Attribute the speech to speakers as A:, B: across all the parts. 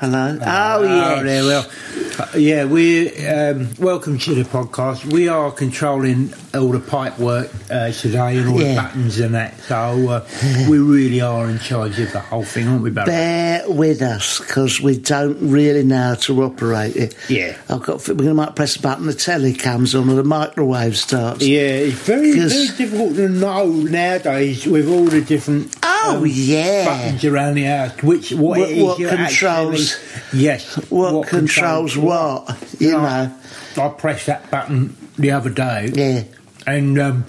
A: Hello.
B: Oh, yes.
A: Ah, there, well, uh, yeah, we um, welcome to the podcast. We are controlling all the pipe work uh, today and all
B: Yeah.
A: the buttons and that, so uh, we really are in charge of the whole thing, aren't we, Barry?
B: Bear with us because we don't really know how to operate it.
A: Yeah.
B: I've got. We might press a button, the telly comes on, or the microwave starts.
A: yeah, it's very, very
B: 'Cause-
A: difficult to know nowadays with all the different um,
B: Oh yeah.
A: buttons around the house. Which what,
B: What-
A: it is
B: what
A: you're
B: controls-
A: actually- yes,
B: What, controls, what? You
A: Yeah.
B: know.
A: I pressed that button the other day,
B: Yeah.
A: and um,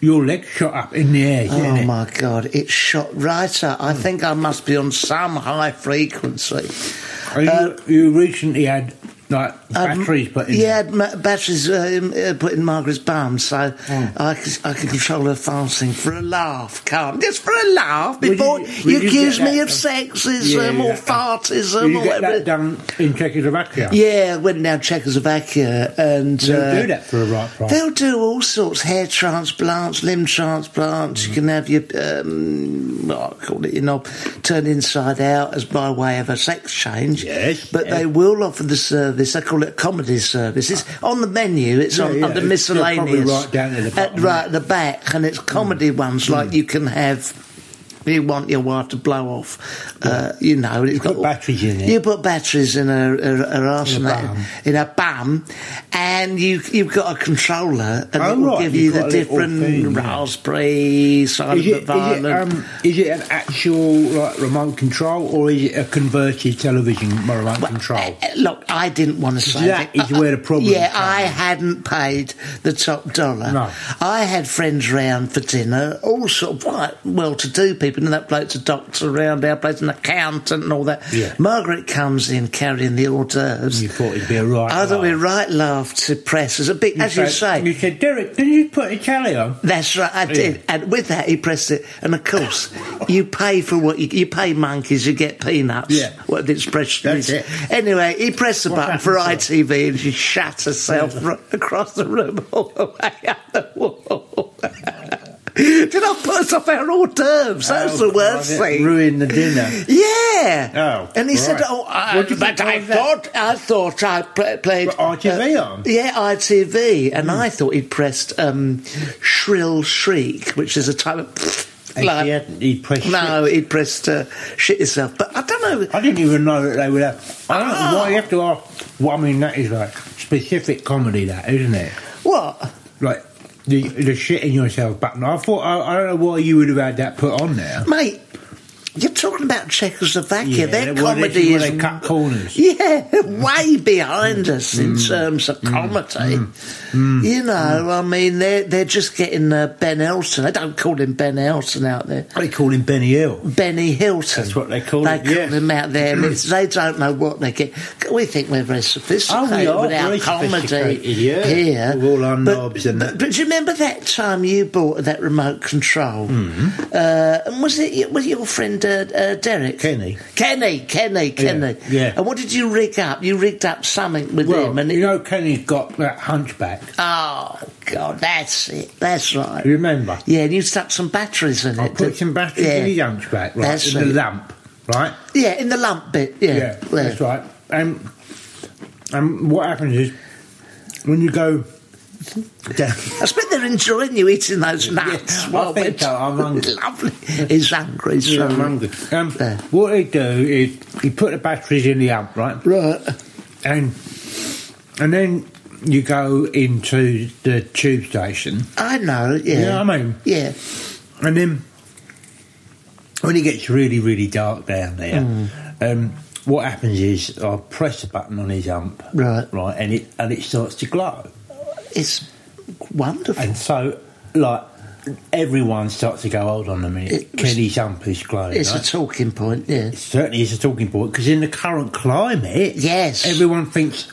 A: your leg shot up in the air. didn't
B: Oh
A: it?
B: my god, it shot right up.
A: Hmm.
B: I think I must be on some high frequency.
A: Are you,
B: Uh,
A: you recently had like
B: Um,
A: batteries put in.
B: Yeah, ma- batteries uh, in- uh, put in Margaret's bum, so
A: Hmm.
B: I, c- I can control her fasting for a laugh, can't Just for a laugh,
A: Will you-
B: before you,
A: will you
B: accuse
A: get that
B: me of
A: done?
B: sexism
A: Yeah,
B: or
A: that done.
B: fartism
A: Did you
B: or
A: get
B: whatever.
A: that done in Czechoslovakia?
B: Yeah, went down Czechoslovakia and
A: They'll
B: uh,
A: do that for a right price.
B: They'll do all sorts: hair transplants, limb transplants. You can have your um, what I call it, you know, turned inside out as by way of a sex change.
A: Yes,
B: but
A: yeah.
B: they will offer the service. They call it comedy service. It's on the menu. It's
A: Ah. Yeah,
B: on
A: yeah,
B: under
A: it's- they're probably
B: miscellaneous,
A: right down at the bottom. Hmm.
B: right at the back, and it's comedy ones like you can have. You want your wife to blow off, uh, you know. and It's
A: put
B: got
A: batteries in it.
B: You put batteries in her, her, her arse
A: In
B: in
A: a
B: a,
A: bum.
B: in a bum, and you you've got a controller, and
A: Oh,
B: it will
A: right,
B: give
A: you've
B: you
A: got
B: the
A: a little
B: different
A: thing, yeah.
B: raspberry,
A: Is
B: silent
A: it, is, it,
B: violet.
A: um, is it an actual like remote control or is it a converted television remote control?
B: Uh, Look, I didn't want to say
A: That
B: anything.
A: eh, is where the problem
B: Yeah,
A: comes
B: I
A: in.
B: hadn't paid the top dollar.
A: No.
B: I had friends round for dinner, all sort of quite well-to-do people, and that bloke's a doctor round our place, an accountant, and all that.
A: Yeah.
B: Margaret comes in carrying the hors d'oeuvres.
A: You thought it'd be a right.
B: I thought
A: laugh.
B: we right laugh to press as a big, as you say.
A: you said, Derek, didn't you put a telly on?
B: That's right, I did.
A: Yeah.
B: And with that, he pressed it. And of course, you pay for what you, you pay monkeys, you get peanuts.
A: Yeah.
B: What the expression
A: That's
B: is.
A: it.
B: Anyway, he pressed the
A: What
B: button for
A: happened to
B: ITV and she shat herself r- across the room all the way up the wall. did I put us off our hors d'oeuvres? That's
A: Oh,
B: the worst
A: God, it
B: thing.
A: Ruined the dinner.
B: Yeah.
A: Oh,
B: and he said,
A: right.
B: "Oh, I,
A: What do you
B: but
A: think
B: I
A: of that?
B: thought I thought I pl- played uh,
A: Well, ITV on?
B: Yeah, ITV,
A: Hmm.
B: and I thought he pressed um, shrill shriek, which is a type of
A: And
B: like-
A: she hadn't, he pressed
B: no, he pressed uh, shit yourself. But I don't know.
A: I didn't even know that they would have. I don't know why
B: Ah.
A: you have to ask. Well, I mean, that is like specific comedy, that isn't it?
B: What?
A: Like the the shit in yourself button. I thought I, I don't know why you would have had that put on there.
B: mate, you're talking about Czechoslovakia. Their
A: well, this
B: comedy
A: where
B: is
A: they cut corners. Mm.
B: yeah, way behind us in terms of comedy. You know, I mean, they're they're just getting uh, Ben Elton. I don't call him Ben Elton out there.
A: They call him Benny Hill.
B: Benny Hilton.
A: That's what they call
B: they
A: it,
B: They call
A: yeah.
B: him out there. and it's- they don't know what they get. We think we're very sophisticated
A: Oh, are
B: with our
A: very
B: comedy
A: sophisticated, yeah.
B: here.
A: With all our
B: But-
A: knobs and
B: but,
A: that.
B: but do you remember that time you bought that remote control?
A: Mm-hmm.
B: Uh, and was it was it your friend uh, uh, Derek
A: Kenny.
B: Kenny, Kenny, Kenny.
A: yeah.
B: And what did you rig up? You rigged up something with
A: Well,
B: him, and
A: you
B: it,
A: know, Kenny's got that hunchback.
B: oh god, that's it. That's right.
A: You remember?
B: Yeah, and you stuck some batteries in
A: I
B: it.
A: put
B: didn't-
A: some batteries
B: yeah.
A: in his hunchback, right?
B: That's
A: in the
B: it.
A: lamp, right?
B: Yeah, in the lump bit. Yeah,
A: Um, Yeah, that's right. And and what happens um, is when you go down.
B: I bet they're enjoying you eating those nuts.
A: I
B: while
A: think
B: we're-
A: so, I'm hungry.
B: Lovely. He's hungry. So.
A: Yeah, I'm hungry. Um,
B: Yeah.
A: what they do is you put the batteries in the oven, right?
B: Right.
A: And and then you go into the tube station,
B: I know. Yeah.
A: You know what I mean?
B: Yeah.
A: and then when it gets really, really dark down there,
B: Mm.
A: um, what happens is I press a button on his hump,
B: Right.
A: right, and it and it starts to glow,
B: It's wonderful.
A: and so like everyone starts to go, hold on a minute,
B: It was-
A: Kenny's hump is glowing.
B: it's
A: right?
B: a talking point. Yeah.
A: certainly is a talking point because in the current climate,
B: Yes.
A: everyone thinks,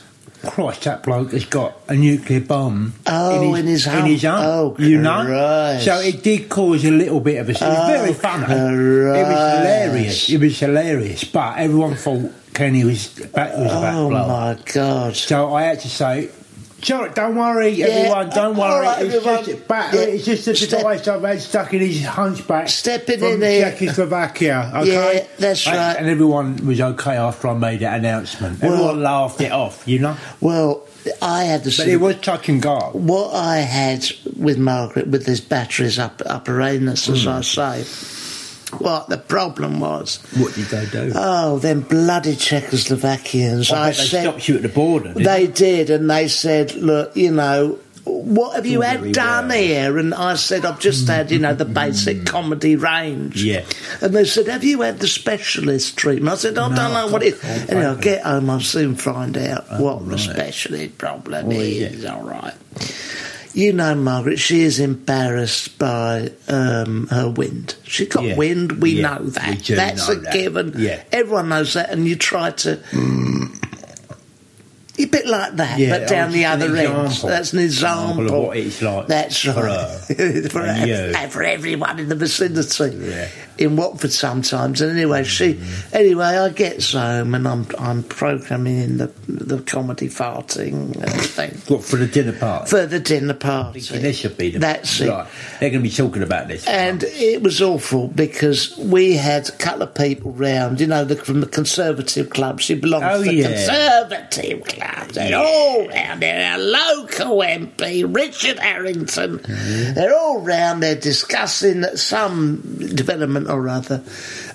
A: Christ, that bloke has got a nuclear bomb
B: Oh, in his
A: in
B: arm.
A: his arm.
B: Oh,
A: you know,
B: Christ.
A: so it did cause a little bit of a. It was
B: Oh,
A: very funny. It was
B: Christ.
A: hilarious. It was hilarious, but everyone thought Kenny was back was a back
B: Oh
A: bloke.
B: my God.
A: So I had to say. Sure, don't worry, everyone. Don't
B: uh, all
A: worry.
B: right,
A: it's, Just a
B: everyone.
A: battery.
B: Yeah.
A: it's just a
B: Step-
A: device I've had stuck in his hunchback.
B: Stepping in
A: from
B: here.
A: Czechoslovakia. Okay,
B: Yeah, that's
A: And-
B: right.
A: And everyone was okay after I made that announcement.
B: Well-
A: everyone laughed it off, you know.
B: Well, I had the
A: But it was Chuck and Gar.
B: what I had with Margaret with these batteries up upper anus, as
A: Hmm.
B: I say. What the problem was?
A: What did they do?
B: Oh, them bloody Czechoslovakians!
A: I
B: I,
A: bet they
B: said
A: stopped you at the border. didn't
B: they did, and they said, "Look, you know." What have you had
A: Really
B: done
A: well. Hmm.
B: here? And I said, I've just had, you know, the basic comedy range.
A: Yeah.
B: And they said, Have you had the specialist treatment? I said, I
A: No,
B: don't know
A: I
B: what it is.
A: can't
B: Anyway,
A: find
B: I'll
A: it. Oh,
B: get home, I'll soon find out what the
A: right. Oh,
B: specialist problem
A: What is
B: is. All right. You know, Margaret, she is embarrassed by um, her wind. She got
A: Yeah.
B: wind, we
A: Yeah,
B: know
A: we
B: that.
A: do
B: That's
A: know
B: a
A: that.
B: given.
A: Yeah. Mm.
B: Everyone knows that, and you try to. A bit like that,
A: Yeah,
B: but down
A: oh,
B: the
A: just an
B: other end.
A: example.
B: That's an
A: Example
B: example.
A: of what it's like
B: That's
A: for uh,
B: right.
A: her
B: For
A: and
B: ev-
A: you.
B: and for everyone in the vicinity.
A: Yeah. Mm-hmm.
B: In Watford sometimes. And anyway, she anyway, I get home and I'm I'm programming in the the comedy farting uh, thing
A: What for the dinner party?
B: for the dinner party.
A: this should be the
B: That's it.
A: Right. They're going to be talking about this.
B: And it was awful because we had a couple of people round, you know, the, from the Conservative Club. She belongs
A: Oh,
B: to the
A: yeah.
B: Conservative Club. They're all round there. Our local MP, Richard Harrington,
A: Mm-hmm.
B: they're all round there discussing some development or other.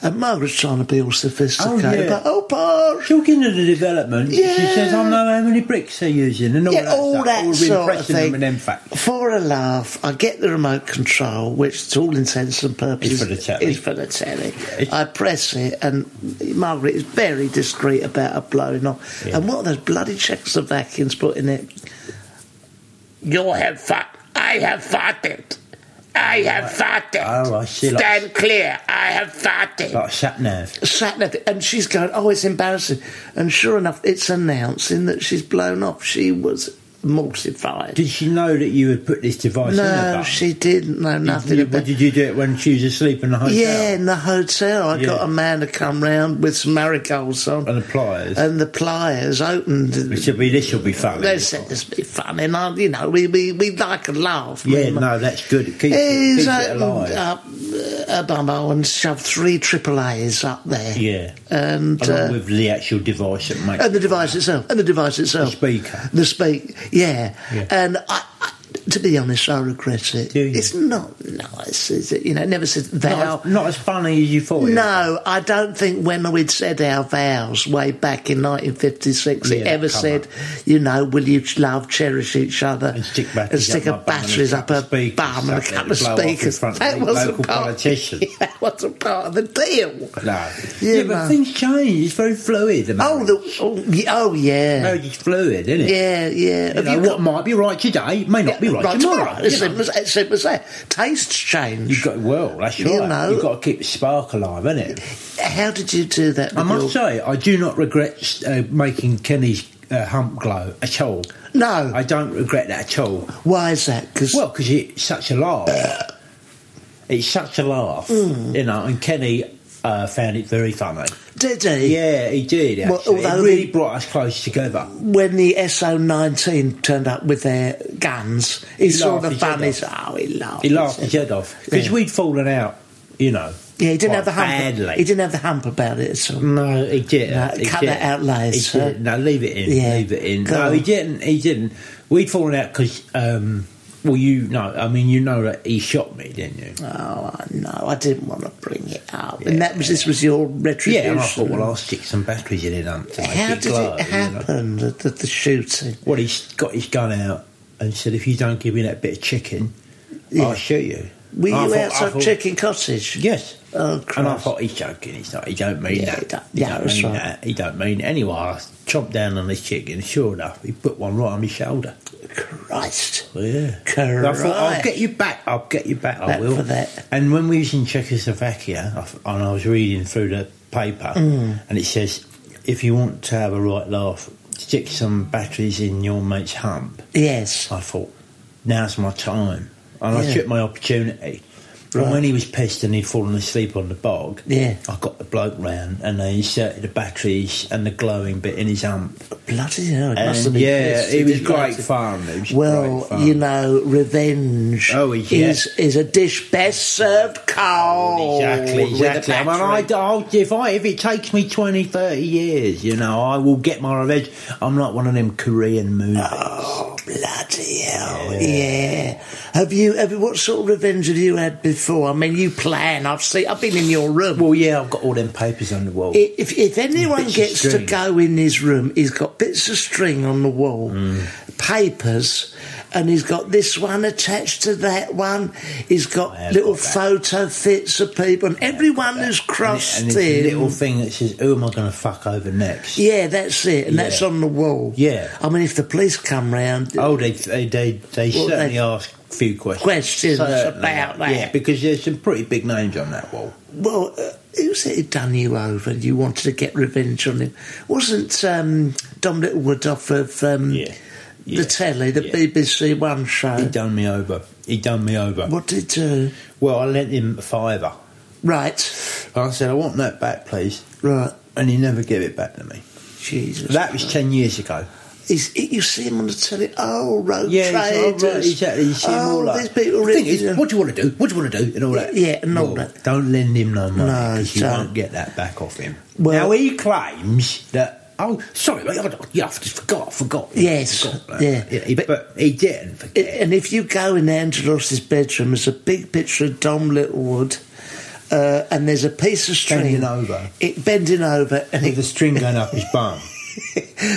B: And Margaret's trying to be all sophisticated.
A: Oh, yeah.
B: But, oh, Paul,
A: Talking of the development, she
B: Yeah.
A: says, I know how many bricks they're using and all
B: yeah,
A: that
B: all
A: stuff.
B: that
A: all
B: sort of
A: impressing
B: thing.
A: them and them facts.
B: For a laugh, I get the remote control, which to all intents and purposes
A: Is for the telly.
B: is for the telly.
A: Yeah.
B: I press it, and Margaret is very discreet about her blowing off.
A: Yeah.
B: And what are those bloody Czechoslovakians put in it? You have fought. I have farted. I have farted.
A: Oh, I see, like-
B: Stand clear. I have farted
A: Like sat nav.
B: sat there, and she's going, "Oh, it's embarrassing." And sure enough, it's announcing that she's blown off. She was mortified.
A: Did she know that you had put this device in her
B: no,
A: bum?
B: she didn't know nothing
A: Did,
B: about.
A: did you do it when she was asleep in the hotel?
B: yeah, in the hotel, I got
A: Yeah.
B: a man to come round with some marigolds on
A: And the pliers.
B: and the pliers opened.
A: It should be, this should be fun.
B: They said this would be fun, and I, you know, we, we we like a laugh. We-
A: Yeah, no, that's good. It keeps, it,
B: He's
A: keeps
B: opened
A: it alive.
B: up uh, a bumhole and shoved three triple A's up there.
A: yeah.
B: and
A: Along
B: uh,
A: with the actual device that makes
B: and the device itself, and the device itself,
A: speaker.
B: the speak, yeah.
A: Yeah.
B: And I, I, to be honest, I regret it.
A: Do you?
B: It's not nice, is it? You know, it never said vow.
A: not, as, not as funny as you thought. it was.
B: No, I don't think when we'd said our vows way back in 1956, it
A: Yeah,
B: ever
A: come
B: said, you know, will you love, cherish each other,
A: And stick
B: and
A: batteries
B: stick a
A: up my bum and
B: batteries
A: a
B: up a
A: couple of speakers
B: bum and a
A: up there
B: couple
A: to
B: of
A: blow off in
B: speakers. That
A: front of the
B: wasn't
A: local
B: part.
A: politicians.
B: That wasn't part of the deal.
A: No.
B: Yeah,
A: Yeah, but
B: no.
A: things change. It's very fluid. the
B: Oh,
A: marriage.
B: the, oh, y- oh yeah.
A: marriage is fluid, isn't it?
B: Yeah, yeah.
A: You
B: Have
A: know,
B: you
A: what
B: got
A: might be right today may not be right, tomorrow. you
B: It's
A: know.
B: simple, as, it's simple as that. Tastes
A: You've
B: change.
A: got well, that's
B: You
A: right.
B: know.
A: You've got to keep the spark alive, innit?
B: How did you do that?
A: I
B: with
A: must
B: your-
A: say, I do not regret uh, making Kenny's uh, hump glow at all.
B: No.
A: I don't regret that at all.
B: Why is that? Because
A: Well, because it's such a laugh. it's such a laugh,
B: Mm.
A: you know. And Kenny uh, found it very funny.
B: did he?
A: Yeah, he did.
B: Well,
A: Actually.
B: although
A: it really
B: the-
A: brought us close together.
B: When the SO19 turned up with their guns, he, saw
A: laughed
B: the
A: his
B: fun.
A: head
B: He said, oh, he laughed.
A: He laughed his head off because
B: Yeah.
A: we'd fallen out, you know.
B: Yeah, he didn't
A: quite
B: have the hump.
A: badly.
B: He didn't have the hump about it at all.
A: No, he didn't.
B: No,
A: he
B: cut
A: didn't.
B: that out, Les,
A: He
B: huh?
A: didn't. No, leave it in.
B: Yeah,
A: leave it in.
B: go
A: No, he
B: on.
A: didn't. He didn't. We'd fallen out because, um, well, you know, I mean, you know that he shot me, didn't you?
B: Oh I know. I didn't want to bring it up, and that was this was your retribution.
A: Yeah, and I thought, well, I'll stick some batteries in it um, to make
B: How
A: it
B: did
A: glow.
B: it
A: you know.
B: happen? The, the, the shooting.
A: Well, he's got his gun out and said, if you don't give me that bit of chicken, I'll shoot you.
B: Were you
A: And I thought- I
B: outside
A: thought-
B: Chicken Cottage?
A: Yes.
B: Oh,
A: and I
B: Christ.
A: thought he's joking. He's not. He don't mean
B: Yeah,
A: that.
B: he don't-
A: He
B: yeah,
A: don't
B: that's
A: mean
B: right.
A: that. He don't mean. Anyway, I chomped down on his chicken. Sure enough, he put one right on my shoulder.
B: Christ.
A: Well, Oh, yeah.
B: Correct.
A: I thought, I'll get you back. I'll get you back. I
B: Back
A: will.
B: for that.
A: And when we was in Czechoslovakia, I f- and I was reading through the paper,
B: Mm.
A: and it says, if you want to have a right laugh, stick some batteries in your mate's hump.
B: Yes.
A: I thought, now's my time. And I
B: Yeah.
A: took my opportunity.
B: Right.
A: And when he was pissed and he'd fallen asleep on the bog,
B: Yeah.
A: I got the bloke round and they inserted the batteries and the glowing bit in his hump.
B: Bloody hell. It must have
A: And
B: been
A: yeah,
B: pissed.
A: it was
B: Did you
A: great
B: like it?
A: fun. It was
B: Well,
A: great fun.
B: you know, revenge
A: Oh, yeah. Oh,
B: is is a dish best served cold.
A: Exactly,
B: with a
A: exactly. I mean,
B: battery.
A: I, I'll, if, I, if it takes me 20, 30 years, you know, I will get my revenge. I'm like one of them Korean movies.
B: Oh, bloody hell!
A: Yeah.
B: Yeah. Have you? Have you? What sort of revenge have you had before? I mean, you plan. I've seen. I've been in your room.
A: Well, yeah, I've got all them papers on the wall.
B: if if anyone
A: Bits of
B: gets to
A: string.
B: go in his room, he's got bits of string on the wall,
A: Mm.
B: papers, and he's got this one attached to that one. He's got
A: I have
B: little
A: got that.
B: photo fits of people, and everyone who's
A: and
B: crossed
A: it's a
B: him.
A: little thing that says, who am I going to fuck over next?
B: yeah, that's it, and that's
A: Yeah.
B: on the wall.
A: Yeah.
B: I mean, if the police come round,
A: Oh, they they they, they
B: Well, they-
A: certainly ask a few questions.
B: Questions
A: Certainly.
B: about that.
A: Yeah, because there's some pretty big names on that wall.
B: Well, uh, who said he'd done you over and you wanted to get revenge on him? Wasn't um, Dom Littlewood off of um,
A: Yeah. Yeah.
B: the telly, the
A: Yeah.
B: BBC One
A: He
B: show?
A: done me over. He done me over.
B: What did he do?
A: Well, I lent him a fiver.
B: Right,
A: I said, I want that back, please.
B: right.
A: And he never gave it back to me.
B: Jesus.
A: That was
B: Christ.
A: 10 years ago.
B: He's, he- you see him on the telly. Oh, road
A: Yeah,
B: traders.
A: he's, all right, exactly. You see him
B: oh,
A: all
B: these
A: like,
B: people.
A: The thing is,
B: really-
A: what do you want to do? What do you want to do? And all that.
B: Yeah, and all
A: Well,
B: that.
A: Don't lend him no money.
B: No,
A: 'cause you
B: don't.
A: won't get that back off him.
B: Well-
A: now, he claims that, oh, sorry, mate, I, I, yeah, I just forgot, I forgot.
B: Yes,
A: I forgot,
B: yeah.
A: he- but, he didn't forget.
B: And if you go in Angelos's bedroom, there's a big picture of Dom Littlewood, uh, and there's a piece of string
A: Bending over.
B: It bending over, and
A: With
B: it
A: the string going up his bum.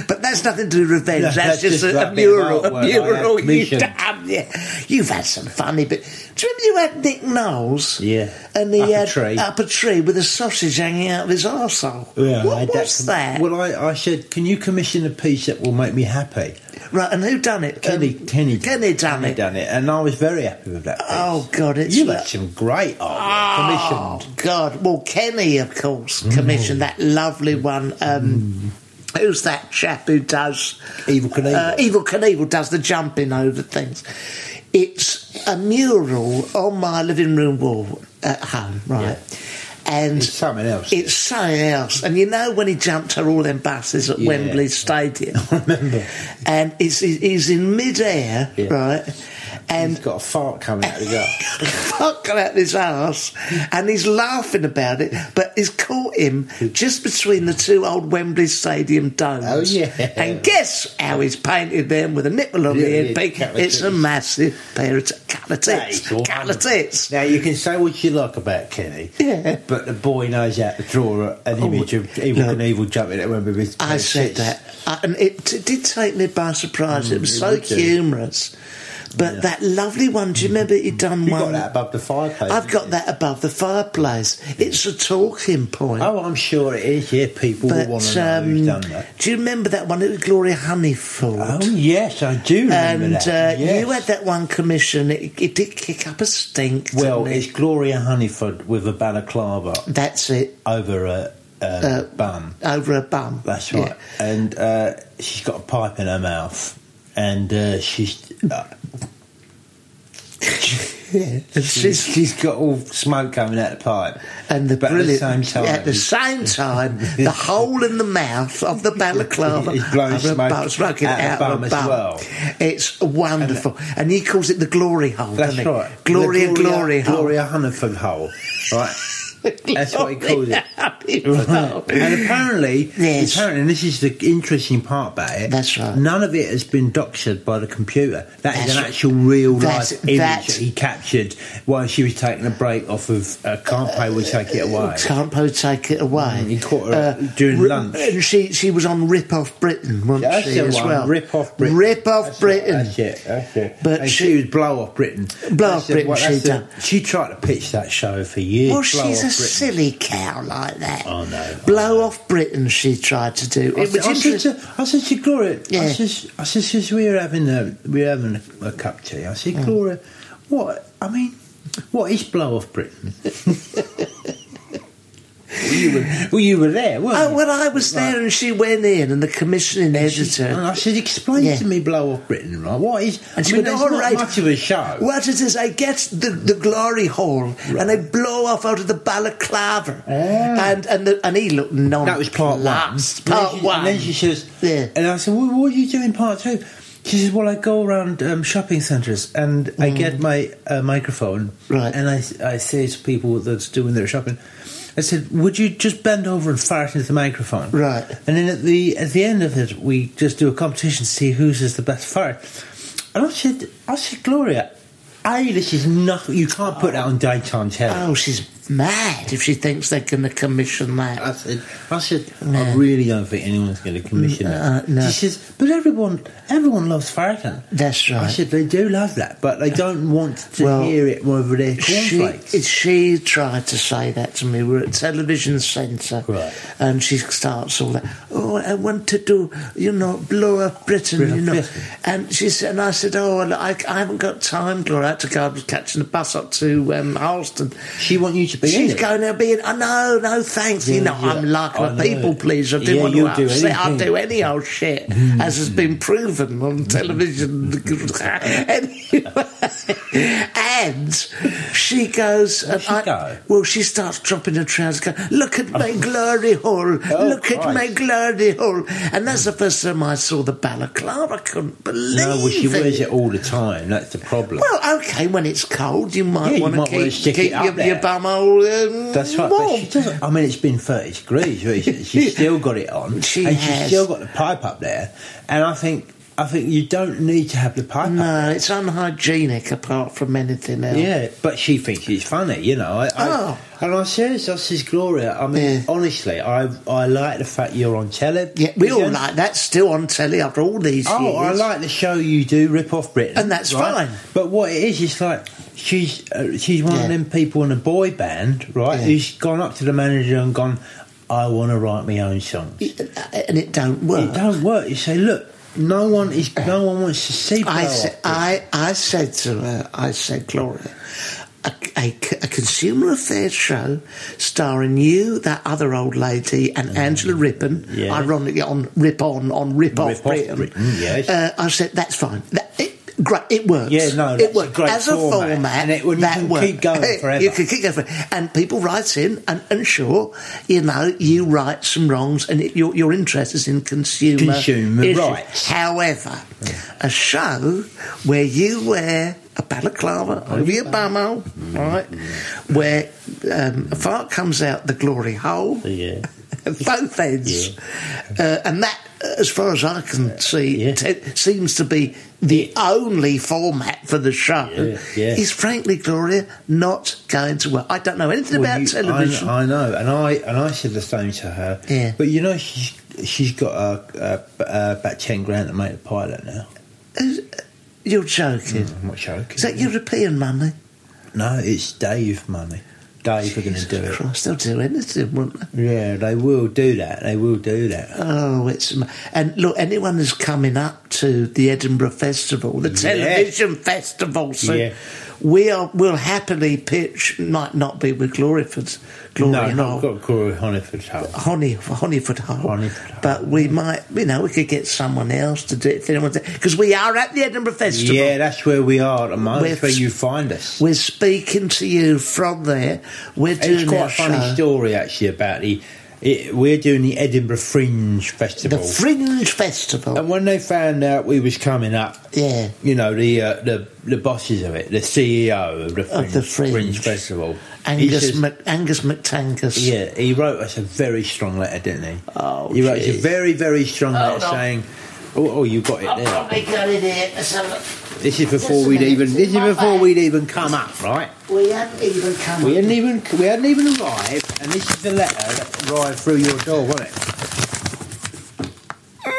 B: but that's nothing to do with revenge.
A: No,
B: that's,
A: that's
B: just,
A: just
B: a, a
A: that bit of
B: mural.
A: artwork I
B: A
A: had
B: mural you've
A: commissioned.
B: done. Yeah. You've had some funny bit. Do you remember you had Nick Knowles?
A: Yeah.
B: And he
A: Up a
B: had
A: tree.
B: up a tree with a sausage hanging out of his arsehole.
A: Yeah, I
B: what
A: had
B: was
A: com-
B: that?
A: Well, I, I said, can you commission a piece that will make me happy?
B: right, and who done it?
A: Kenny,
B: Um,
A: Kenny,
B: Kenny done
A: Kenny
B: it.
A: done it, and I was very happy with that. Piece.
B: Oh, God, it's
A: you
B: wor-
A: had some great artwork
B: Oh,
A: commissioned. Mm.
B: God. Well, Kenny, of course, commissioned that lovely one. Um, Who's that chap who does
A: Evil Knievel.
B: Uh, Evil Knievel does the jumping over things. It's a mural on my living room wall at home, right? And
A: It's something else.
B: It's something else. And you know when he jumped her all them buses at
A: Yeah.
B: Wembley Stadium,
A: I remember.
B: and he's, he's in midair,
A: Yeah.
B: right? And
A: He's got a fart coming out of his arse.
B: fuck out his ass and he's laughing about it but he's caught him just between the two old Wembley Stadium domes
A: Oh, yeah.
B: and guess how he's painted them with a nipple on
A: Yeah,
B: the
A: yeah,
B: end peak
A: couple of
B: it's a
A: tits.
B: massive pair of t- couple of
A: That
B: tits
A: is all
B: couple of
A: wonderful.
B: tits
A: Now you can say what you like about Kenny,
B: Yeah.
A: but the boy knows how to draw a- an image of evil
B: look.
A: and evil jumping at one with his.
B: I said that I, and it, t- did take me by surprise it was
A: Mm, it
B: so
A: would do.
B: humorous but that lovely one do you remember he done
A: You
B: one
A: got that above the fireplace.
B: I've got
A: didn't
B: that above the fireplace it's a talking point
A: you? Oh, I'm sure it is. Yeah, people will want
B: But
A: to know who's
B: um,
A: done that.
B: do you remember that one? It was Gloria Honeyford.
A: Oh yes, I do remember
B: and uh,
A: that. yes.
B: you had that one commission. It, it did kick up a stink. didn't
A: Well,
B: it?
A: it's Gloria Honeyford with a balaclava
B: that's it.
A: over a um,
B: Uh,
A: bun.
B: Over a bum.
A: That's
B: Yeah.
A: right. And uh, she's got a pipe in her mouth, and uh, she's. Uh,
B: And
A: she's,
B: she's-
A: she's got all smoke coming out the pipe,
B: and the
A: but
B: brilliant,
A: at the same time,
B: at the same time, the hole in the mouth of the balaclava
A: It's blowing
B: of a
A: smoke
B: bum, smoking
A: out the
B: out of
A: bum
B: a
A: as
B: bum.
A: well.
B: It's wonderful, and, he calls it the glory hole.
A: that's
B: doesn't he?
A: right.
B: Glory and glory hole.
A: Gloria Honeyford hole, right? That's what he calls it.
B: it.
A: and apparently,
B: Yes.
A: apparently, and this is the interesting part about it.
B: That's right.
A: None of it has been doctored by the computer. That is
B: That's
A: an
B: right.
A: actual real
B: That's-
A: life image
B: that-
A: that he captured while she was taking a break off of uh, Can't Pay We Take It Away.
B: Campo take it away.
A: Mm, he caught her during
B: ri-
A: lunch.
B: And she she was on Rip Off Britain, wasn't
A: That's
B: she
A: the
B: as
A: one,
B: well?
A: Rip Off Britain.
B: Rip Off
A: That's it,
B: Britain.
A: That's it. That's it.
B: But
A: and
B: she-
A: she, was blow off Britain.
B: Blow
A: That's
B: Off
A: the-
B: Britain,
A: well, that's
B: she
A: the-
B: done.
A: She tried to pitch that show for years.
B: Well,
A: Blow
B: she's a
A: Off Britain.
B: silly cow like that.
A: I know, I
B: Blow
A: know.
B: off Britain, she tried to do.
A: I
B: It was
A: said, I, said
B: interesting.
A: to, I said to Gloria,
B: Yeah.
A: I said, I said, since we're having a we're having a, a cup of tea. I said, Gloria, what? I mean, what is blow off Britain? well, you were, well, you were there, weren't
B: Oh,
A: you?
B: well, I was there and she went in, and the commissioning
A: And
B: editor.
A: I said, explain
B: Yeah.
A: to me blow off Britain, right? What is?
B: And
A: I
B: she
A: mean,
B: went,
A: it's
B: all
A: not
B: right.
A: much of a show.
B: What it is, I get the, the glory hole and I blow off out of the balaclava. And and the, and he looked non.
A: Ah. That was part
B: last.
A: one.
B: Part
A: and then she,
B: one.
A: And then she says,
B: Yeah.
A: and I said, well, what do you do in part two? She says, well, I go around um, shopping centres and I get my uh, microphone
B: Mm. Right.
A: and I, I say to people that's doing their shopping, I said, would you just bend over and fart into the microphone?
B: Right.
A: And then at the at the end of it, we just do a competition to see whose is the best fart. And I said, I said, Gloria, A, this is nothing. You can't put that on daytime television.
B: Oh, she's mad if she thinks they're going to commission that.
A: I said, I said,
B: No.
A: I really don't think anyone's going to commission
B: Mm, uh,
A: that.
B: no.
A: She says, but everyone, everyone loves farting.
B: That's
A: I
B: right.
A: said, they do love that, but they don't want to
B: Well,
A: hear it over their
B: she,
A: cornflakes.
B: she tried to say that to me. We're at television centre,
A: Right.
B: and she starts all that. Oh, I want to do, you know, blow up Britain,
A: Blow up
B: you know.
A: Britain.
B: And she said, and I said, oh, well, I, I haven't got time, Gloria. I had to go. I was catching the bus up to um, Harleston.
A: She want you to be in
B: She's
A: it.
B: going to be in. Oh, no, no, thanks. you
A: Yeah,
B: know,
A: yeah.
B: I'm like
A: I
B: a
A: know.
B: people pleaser. I do
A: Yeah,
B: want to
A: you'll do
B: upset. I'll
A: anything.
B: do any old shit, as has been proven on television. anyway, and she goes. And
A: she
B: I,
A: go?
B: Well, she starts dropping her trousers. Go, look at my glory hole.
A: Oh,
B: look at my
A: Christ.
B: glory hole. And that's the first time I saw the balaclava. I couldn't believe
A: no, well, she
B: it.
A: wears it all the time. That's the problem.
B: Well, okay, when it's cold, you might
A: Yeah, you
B: want to
A: might wanna
B: keep,
A: stick
B: keep
A: it up
B: your,
A: there.
B: your bum hole um,
A: that's right. But
B: warm.
A: she doesn't. I mean, it's been thirty degrees. really. She- She's still got it on,
B: She
A: and
B: has.
A: she's still got the pipe up there. And I think, I think you don't need to have the pipe. up
B: No, it's unhygienic apart from anything else.
A: Yeah, but she thinks it's funny, you know. I, I,
B: Oh.
A: And I says, I says, Gloria, I mean,
B: Yeah.
A: honestly, I I like the fact you're on telly.
B: Yeah, we all
A: Vision.
B: like that still on telly after all these
A: Oh,
B: years.
A: I like the show you do, Rip Off Britain,
B: And that's
A: right?
B: fine.
A: But what it is, it's like she's uh, she's one
B: Yeah.
A: of them people in a boy band, right?
B: Yeah.
A: Who's gone up to the manager and gone, I want to write my own songs.
B: and it don't work.
A: It don't work. You say, look, no one is, no one wants to see.
B: I,
A: blow
B: sa-
A: up.
B: I, I said to her, I said, Gloria, a, a c- a consumer affairs show starring you, that other old lady, and Angela Rippon,
A: Mm. yeah.
B: ironically on Rip On, on Rip Off
A: Rip Off
B: Britain.
A: Britain, yes.
B: uh, I said, that's fine. That, it, Great, it works.
A: Yeah, no, that's
B: it
A: a
B: works
A: great
B: as a format.
A: format, and it- well, you
B: that
A: can
B: works.
A: keep going forever.
B: You can keep going forever. And people write in, and, and sure, you know, you right some wrongs, and it, your your interest is in consumer
A: Consumer
B: issues.
A: rights.
B: However, a show where you wear a balaclava over your bumhole, right? Where um, a fart comes out the glory hole,
A: yeah.
B: both ends, uh, and that, as far as I can see,
A: Yeah.
B: te- seems to be the only format for the show.
A: Yeah, yeah.
B: Is frankly, Gloria, not going to work. I don't know anything
A: Well,
B: about
A: you- I-
B: television.
A: I, know, and I and I said the same to her.
B: Yeah.
A: But you know, she's she's got uh, uh, uh, about ten grand to make the pilot now.
B: Uh, You're joking.
A: I'm not joking.
B: Is that European money?
A: No, it's Dave money. Dave are going to do it.
B: Christ, they'll do anything, won't they?
A: Yeah, they will do that. They will do that.
B: Oh, it's am- and look, anyone who's coming up to the Edinburgh Festival, the television festival, so
A: Yeah.
B: we are will happily pitch. Might not be with Gloryford's Glory
A: no,
B: Hole, Oh,
A: not got Corey Honeyford.
B: Honey, Honeyford Hole,
A: Honeyford Hole.
B: but we might, you know, we could get someone else to do it if anyone because we are at the Edinburgh Festival.
A: Yeah, that's where we are at the moment. That's
B: We're-
A: where you find us.
B: We're speaking to you from there. We're doing
A: It's quite
B: our
A: a funny
B: show.
A: story actually about the. It, we're doing the Edinburgh Fringe Festival.
B: The Fringe Festival.
A: and when they found out we was coming up,
B: Yeah.
A: you know the uh, the the bosses of it, the CEO of the Fringe,
B: Of the Fringe.
A: Festival, he
B: Angus,
A: says-
B: Mc, Angus McTangus.
A: yeah, he wrote us a very strong letter, didn't he?
B: Oh,
A: he wrote us a
B: geez.
A: very very strong letter
B: Hold on.
A: saying, "Oh, oh, you got it
B: I've
A: there."
B: probably got it here. Let's have a look.
A: This is before
B: Just a
A: we'd
B: minute,
A: even.
B: it's
A: This is
B: in my
A: before
B: bag.
A: we'd even come up, right?
B: We hadn't even come
A: We
B: up
A: hadn't even we hadn't even arrived, and this is the letter that arrived through your door, wasn't it?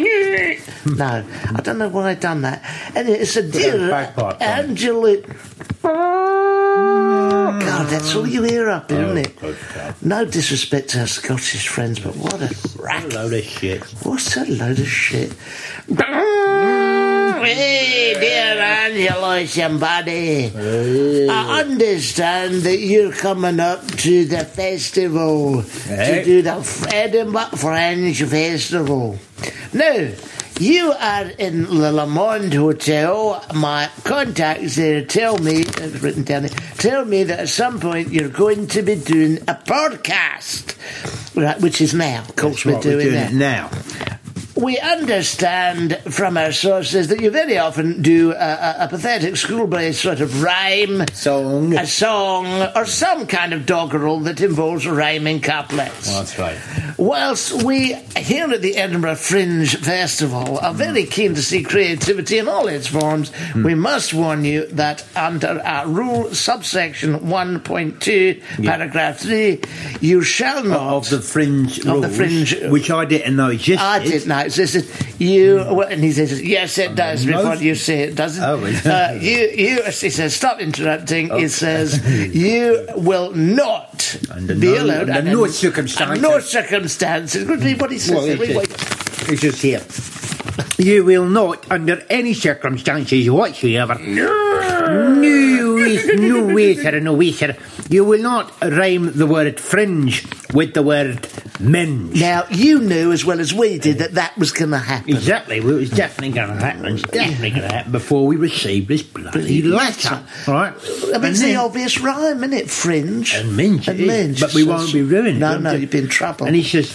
B: No, I don't know why I done that. And it's a
A: it on
B: dear
A: bagpipe, then.
B: Angela. God, that's all you hear up, isn't it?
A: Oh, good God.
B: No disrespect to our Scottish friends, but what a rack!
A: Load of shit.
B: What a load of shit! Hey, dear Angela, somebody. I understand that you're coming up to the festival
A: Hey.
B: to do the Edinburgh Fringe Festival. Now, you are in the Le Monde Hotel. My contacts there tell me, it's written down there, tell me that at some point you're going to be doing a podcast. Right, which is now, of course, we're
A: Right,
B: doing, that.
A: it now.
B: We understand from our sources that you very often do a, a, a pathetic schoolboy sort of rhyme,
A: Song.
B: a song, or some kind of doggerel that involves rhyming couplets.
A: That's right.
B: Whilst we here at the Edinburgh Fringe Festival are very keen to see creativity in all its forms,
A: Hmm.
B: we must warn you that under our rule subsection 1.2, paragraph 3, you shall not.
A: Of the fringe
B: the
A: rules,
B: fringe- uh,
A: which I didn't know existed.
B: I didn't know. It says that you, well, and he says, yes, it does,
A: no-
B: before you say it doesn't.
A: Oh, it-
B: uh, you, you, he says, stop interrupting. He says, you will not
A: Under
B: be
A: no-
B: allowed.
A: under
B: and
A: no
B: in-
A: circumstances.
B: and No circumstances. Good read what he says.
A: Well, it
B: there. Read what he-
A: It says here. You will not, under any circumstances whatsoever, no, way, no way, sir, no way, sir, you will not rhyme the word fringe with the word minge.
B: Now, you knew as well as we did that that was going to happen.
A: Exactly, well, it was definitely going to happen. It's definitely going to happen before we received this bloody letter. All right?
B: I mean,
A: And
B: it's
A: then-
B: the obvious rhyme, isn't it? Fringe.
A: and minge.
B: And
A: it is,
B: minge.
A: But we
B: So-
A: won't be ruined.
B: No,
A: Don't
B: no,
A: you-
B: you'd be in trouble.
A: And he says,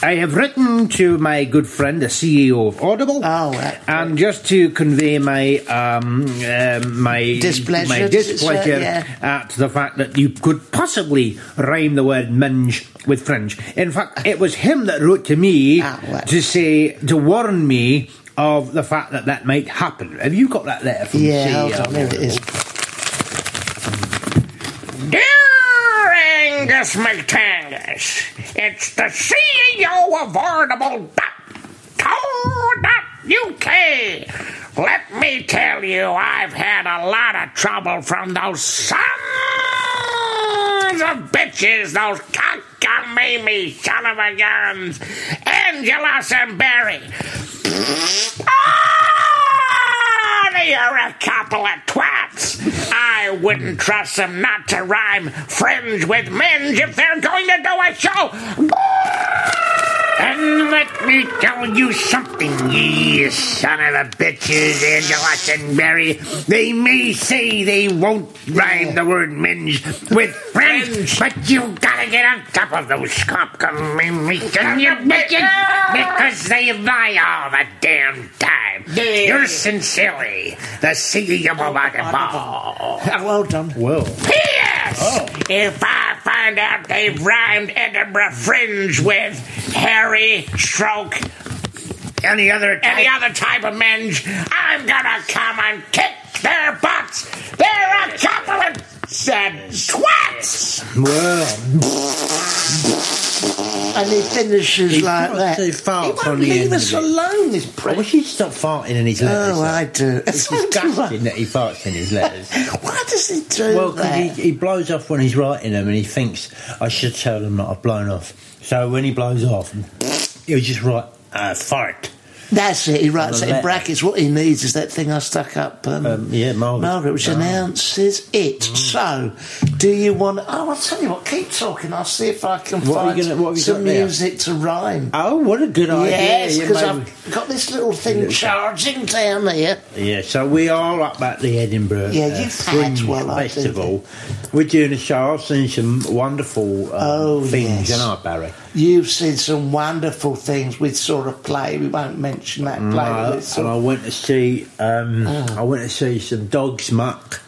A: I have written to my good friend, the CEO of Audible.
B: Oh, right.
A: And just to convey my um, uh, my
B: Displeasure,
A: my
B: does it say?
A: displeasure
B: Yeah.
A: at the fact that you could possibly rhyme the word minge with fringe. In fact, it was him that wrote to me
B: Ah, well.
A: to say to warn me. Of the fact that that might happen. Have you got that letter from E
B: yeah,
A: the CEO?
B: hold on, there it is.
C: Dear Angus McTangus, it's the CEO of Audible.co.uk. Let me tell you, I've had a lot of trouble from those sons of bitches, those cockamamie son of a guns, Angelus and Barry. Ah, they are a couple of twats. I wouldn't trust them not to rhyme fringe with minge if they're going to do a show. And let me tell you something, ye son of a bitches, Angelus and Barry. They may say they won't rhyme the word minge with fringe, but you gotta get on top of those cockamamie son of bitches because they lie all the damn time. You're sincerely the CEO of Audible.
B: Oh, well done.
A: Well,
C: P.S.
A: Oh.
C: If I find out they've rhymed Edinburgh Fringe with Harry Stroke,
A: any other
C: any other type of minge, I'm gonna come and kick their butts. They're a couple of said twats.
A: well,
B: And he finishes like
A: got
B: that.
A: to fart
B: he won't
A: on the
B: leave
A: end
B: us
A: of it.
B: alone, this
A: I
B: prick.
A: wish he'd stop farting in his letters.
B: Oh,
A: though.
B: I do.
A: It's disgusting that he farts in his letters.
B: Why does he do
A: well,
B: that?
A: because he, he blows off when he's writing them and he thinks, I should tell them that I've blown off. So when he blows off, he'll just write, uh, fart.
B: That's it. He writes it in
A: letter.
B: brackets. What he needs is that thing I stuck up. Um,
A: Um, yeah, Margaret. Mm.
B: which
A: Ah.
B: announces it. So, do you want? Oh, I'll tell you what. Keep talking. I'll see if I can
A: What are you
B: find
A: gonna- what have you
B: some
A: got there?
B: music to rhyme.
A: Oh, what a good
B: yes,
A: idea! You
B: because
A: made me-
B: I've got this little thing charging down here.
A: Yeah, so we are up at the Edinburgh
B: Yeah,
A: uh,
B: you've had
A: Fringe
B: well, I think.
A: Festival. We're doing a show. I've seen some wonderful um,
B: Oh,
A: things,
B: yes.
A: and I, Barry.
B: You've seen some wonderful things with sort of play. We won't mention that play.
A: No,
B: but it's
A: and I
B: sort
A: went to see um,
B: Ah.
A: I went to see some dogs muck.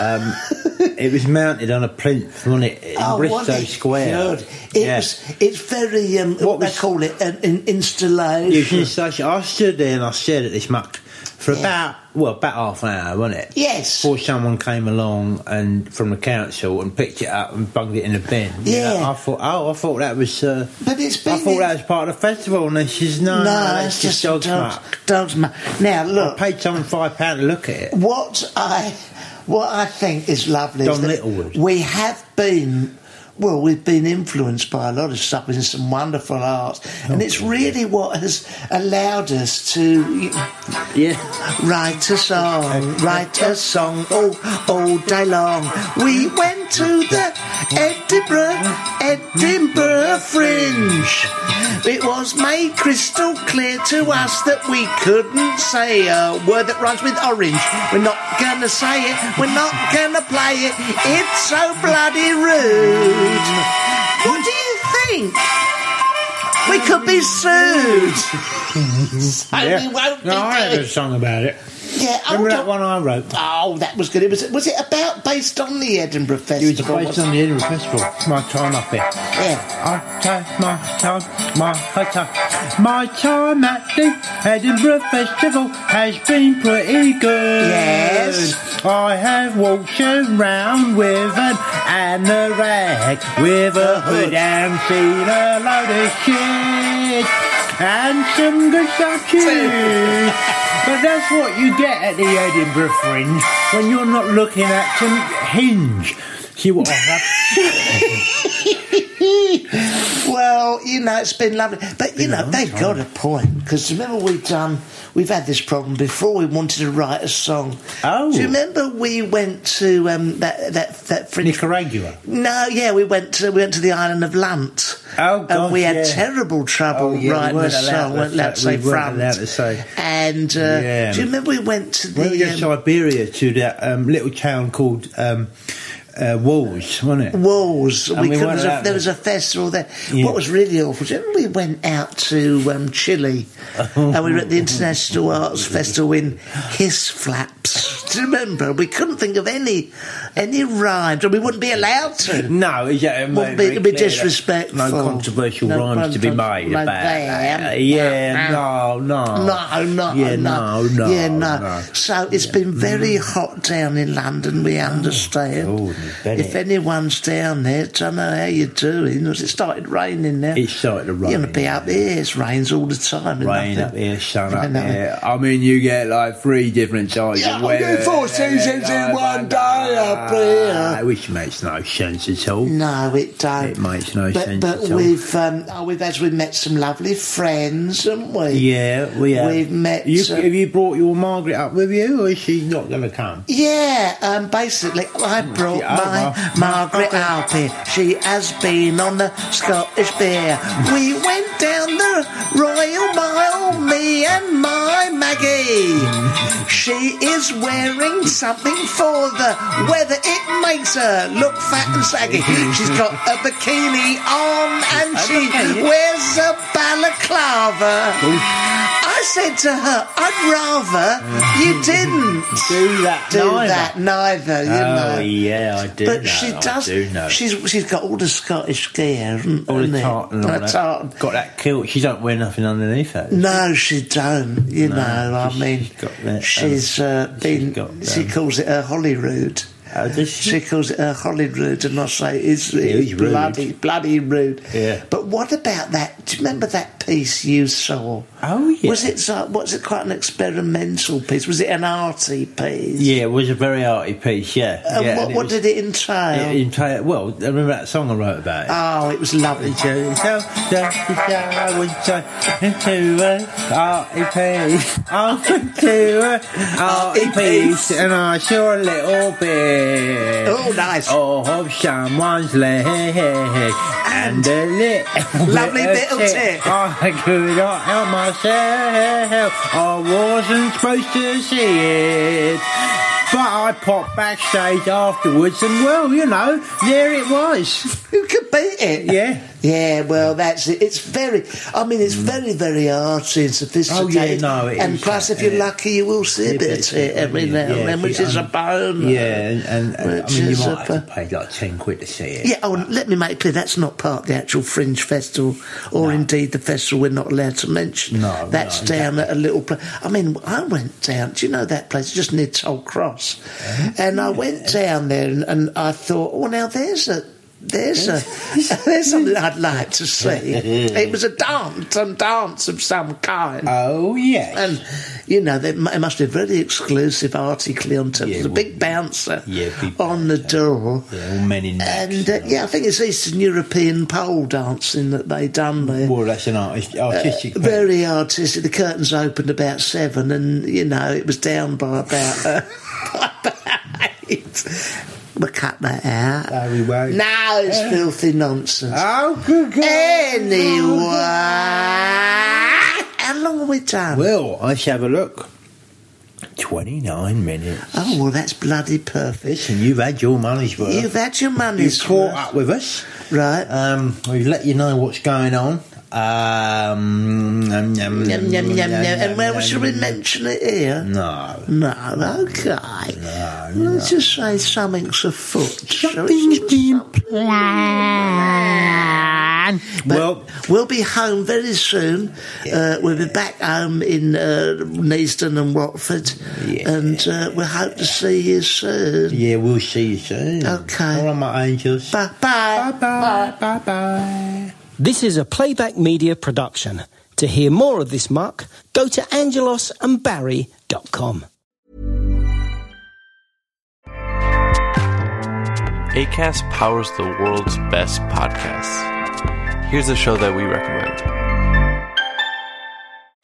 A: Um, it was mounted on a plinth, wasn't it, in
B: Oh,
A: Bristow
B: wasn't it
A: Square?
B: good? It
A: Yeah.
B: was, it's very, um, what,
A: What
B: they
A: was-
B: call it, an, an installation.
A: It was an installation. I stood there and I stared at this muck for
B: Yeah.
A: about well, about half an hour, wasn't it?
B: Yes.
A: Before someone came along and from the council and picked it up and bunged it in a bin. You know,
B: Yeah.
A: I thought, oh, I thought that was. Uh,
B: But it's been
A: I thought
B: in-
A: that was part of the festival, and then she's no, no, that's just dogs
B: dogs,
A: muck.
B: dogs muck. Now
A: I
B: look,
A: paid someone five pound to look at it.
B: what I what I think is lovely is
A: Don
B: that
A: Littlewood.
B: we have been. Well, we've been influenced by a lot of stuff and some wonderful art,
A: Oh,
B: and it's really what has allowed us to
A: Yeah.
B: write a song, write a song all, all day long. We went to the Edinburgh, Edinburgh Fringe. It was made crystal clear to us that we couldn't say a word that rhymes with orange. We're not gonna say it, we're not gonna play it. It's so bloody rude. What do you think? We could be sued. so
A: Yeah.
B: we won't
A: no,
B: be
A: I had
B: doing
A: a song about it.
B: yeah, hold
A: Remember that
B: on.
A: one I wrote?
B: Oh, that was good. It was was it about based on the Edinburgh
A: It was
B: Festival?
A: based on the Edinburgh Festival. My time up here.
B: Yeah.
A: I take my time, my time, my time at the Edinburgh Festival has been pretty good.
B: Yes.
A: I have walked around with an anorak, with a hood and seen a load of shit. And some good stuff too. but that's what you get at the Edinburgh Fringe when you're not looking at some hinge. See what I have?
B: Well, you know, it's been lovely, but you know, they've got a point because remember we've done we've had this problem before. We wanted to write a song.
A: Oh.
B: do you remember we went to um, that that that Fringe
A: Nicaragua.
B: No, yeah, we went to we went to the island of Lunt.
A: Oh, gosh,
B: and we had
A: yeah.
B: terrible trouble
A: Oh, yeah, we
B: writing the
A: weren't allowed
B: song.
A: to
B: weren't allowed to
A: say-
B: say
A: we weren't
B: front.
A: allowed to say.
B: And uh,
A: Yeah.
B: do you remember we went to the?
A: We went to
B: um,
A: Siberia to that um, little town called um, uh, Walls, wasn't it?
B: walls.
A: And
B: We
A: we
B: could,
A: weren't
B: was a,
A: allowed
B: there
A: to-
B: was a festival there.
A: Yeah.
B: What was really awful, do you remember we went out to um, Chile and we were at the International Arts Festival in Hiss Flaps. Do you remember? We couldn't think of any any rhymes, and we wouldn't be allowed to.
A: No, is that
B: Wouldn't be-
A: very
B: it'd be
A: clear that
B: disrespectful.
A: No controversial
B: No
A: rhymes to be
B: contro-
A: made
B: like
A: about
B: that.
A: that. Yeah, no, no,
B: No, no,
A: yeah,
B: no,
A: no, no,
B: yeah, no.
A: no. Mm.
B: So it's been very hot down in London. We understand.
A: God, Oh, I bet
B: if
A: it.
B: anyone's down there, don't know how you're doing. It started raining now.
A: It started to rain.
B: You're gonna be up here. It rains all the time. and
A: Rain
B: nothing.
A: up here, sun up
B: And nothing.
A: here. I mean, you get like three different types
B: Yeah,
A: of
B: I
A: weather.
B: get four seasons in one day up here.
A: Ah, Which makes no sense at all.
B: No, it don't.
A: It makes no
B: but,
A: sense
B: But
A: at all.
B: we've, um, oh, we've as we met some lovely friends, haven't we?
A: Yeah, we have.
B: We've met,
A: You,
B: uh,
A: have you brought your Margaret up with you, or is she not going to come?
B: Yeah, um, basically, I brought
A: Yeah,
B: my
A: well,
B: Margaret
A: okay.
B: up here. She has been on the Scottish beer. We went down the Royal Mile, me and my Maggie. She is wearing something for the weather. It makes her look fat and saggy. She's got a bikini on and she
A: bikini?
B: wears a balaclava. I said to her, I'd rather you
A: Mm.
B: didn't
A: Do that,
B: do
A: neither.
B: that neither, you
A: Oh
B: know.
A: yeah, I do.
B: But
A: know,
B: she does.
A: I do know.
B: She's she's got all the Scottish gear, hasn't,
A: all
B: hasn't
A: the
B: it?
A: tartan and all
B: And a
A: that.
B: tartan.
A: Got that kilt. She don't wear nothing underneath that.
B: No, she don't. You know, I
A: she's
B: mean,
A: got that, um,
B: she's uh,
A: she's
B: been.
A: got,
B: she
A: um,
B: calls it her Holyrood.
A: How Uh, does she?
B: She calls it her Holly rude, and I say it's, it's
A: it's rude.
B: bloody, bloody rude.
A: Yeah.
B: But what about that? Do you remember that piece you saw?
A: Oh, yeah.
B: Was it so- was it quite an experimental piece? Was it an arty piece?
A: Yeah, it was a very arty piece. Yeah.
B: And
A: yeah
B: what, what did it entail?
A: It entail- well, I remember that song I wrote about it.
B: oh, it was lovely.
A: R.E.P. and I sure a little bit.
B: Oh, nice.
A: Oh, hope someone's leg and a little
B: Lovely
A: bit
B: little
A: of
B: tip.
A: I could not help myself. I wasn't supposed to see it. But I popped backstage afterwards and well, you know, there it was.
B: Who could beat it?
A: Yeah.
B: Yeah, well, that's it. It's very, I mean, it's very, very arty and sophisticated.
A: Oh, no, it
B: And
A: is,
B: plus, if
A: yeah.
B: you're lucky, you will see a bit of it uh, every now
A: Yeah,
B: and then, which
A: yeah,
B: is a
A: um,
B: bone.
A: Yeah, and, and, and I
B: Which
A: mean, you
B: is a
A: might
B: bu-
A: have to pay like 10 quid to see it.
B: Yeah, oh, and let me make clear that's not part of the actual Fringe Festival, or indeed the festival we're not allowed to mention.
A: No,
B: that's
A: no,
B: down at a little place. I mean, I went down. Do you know that place? Just near Toll Cross,
A: Uh-huh.
B: and I went down there, and, and I thought, oh, now there's a. There's a there's something I'd like to see. It was a dance, a dance of some kind.
A: Oh, yes.
B: And you know, they, mu- it must be a very exclusive article on top.
A: Yeah,
B: There's a
A: well,
B: big bouncer
A: yeah, big
B: on the door.
A: Yeah, all men in necks,
B: And uh,
A: you know.
B: yeah, I think it's Eastern European pole dancing that they done there.
A: well, that's an artist, artistic. piece.
B: uh, Very artistic. The curtains opened about seven, and you know it was down by about, uh, by about eight. We cut that out.
A: No, we won't. Eh?
B: No, it's filthy nonsense.
A: Oh, good God.
B: Anyway, how long are we done?
A: Well, I shall have a look. 29 minutes.
B: Oh well, that's bloody perfect.
A: Listen, you've had your money's worth.
B: You've had your
A: You've
B: money's
A: caught
B: worth.
A: up with us.
B: right?
A: Um, we've let you know what's going on. Um, yum, yum,
B: Yum, yum, yum, yum. And where
A: yum,
B: should we
A: yum.
B: mention it here?
A: No.
B: No, okay.
A: No,
B: Let's just say something's afoot. shall we?
A: Something's been planned.
B: But
A: Well,
B: we'll be home very soon. Uh, we'll be back home in uh, Neasden and Watford,
A: Yeah.
B: and uh, we hope to see you soon.
A: yeah, we'll see you soon.
B: Okay.
A: All right, my angels.
B: Bye bye.
A: Bye-bye. Bye-bye.
D: This is a Playback Media production. To hear more of this muck, go to angelosandbarry.com.
E: ACAST powers the world's best podcasts. Here's a show that we recommend.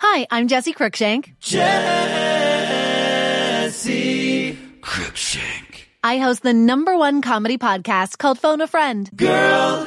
F: Hi, I'm Jesse Cruikshank. Jesse Cruikshank. I host the number one comedy podcast called Phone a Friend. Girl,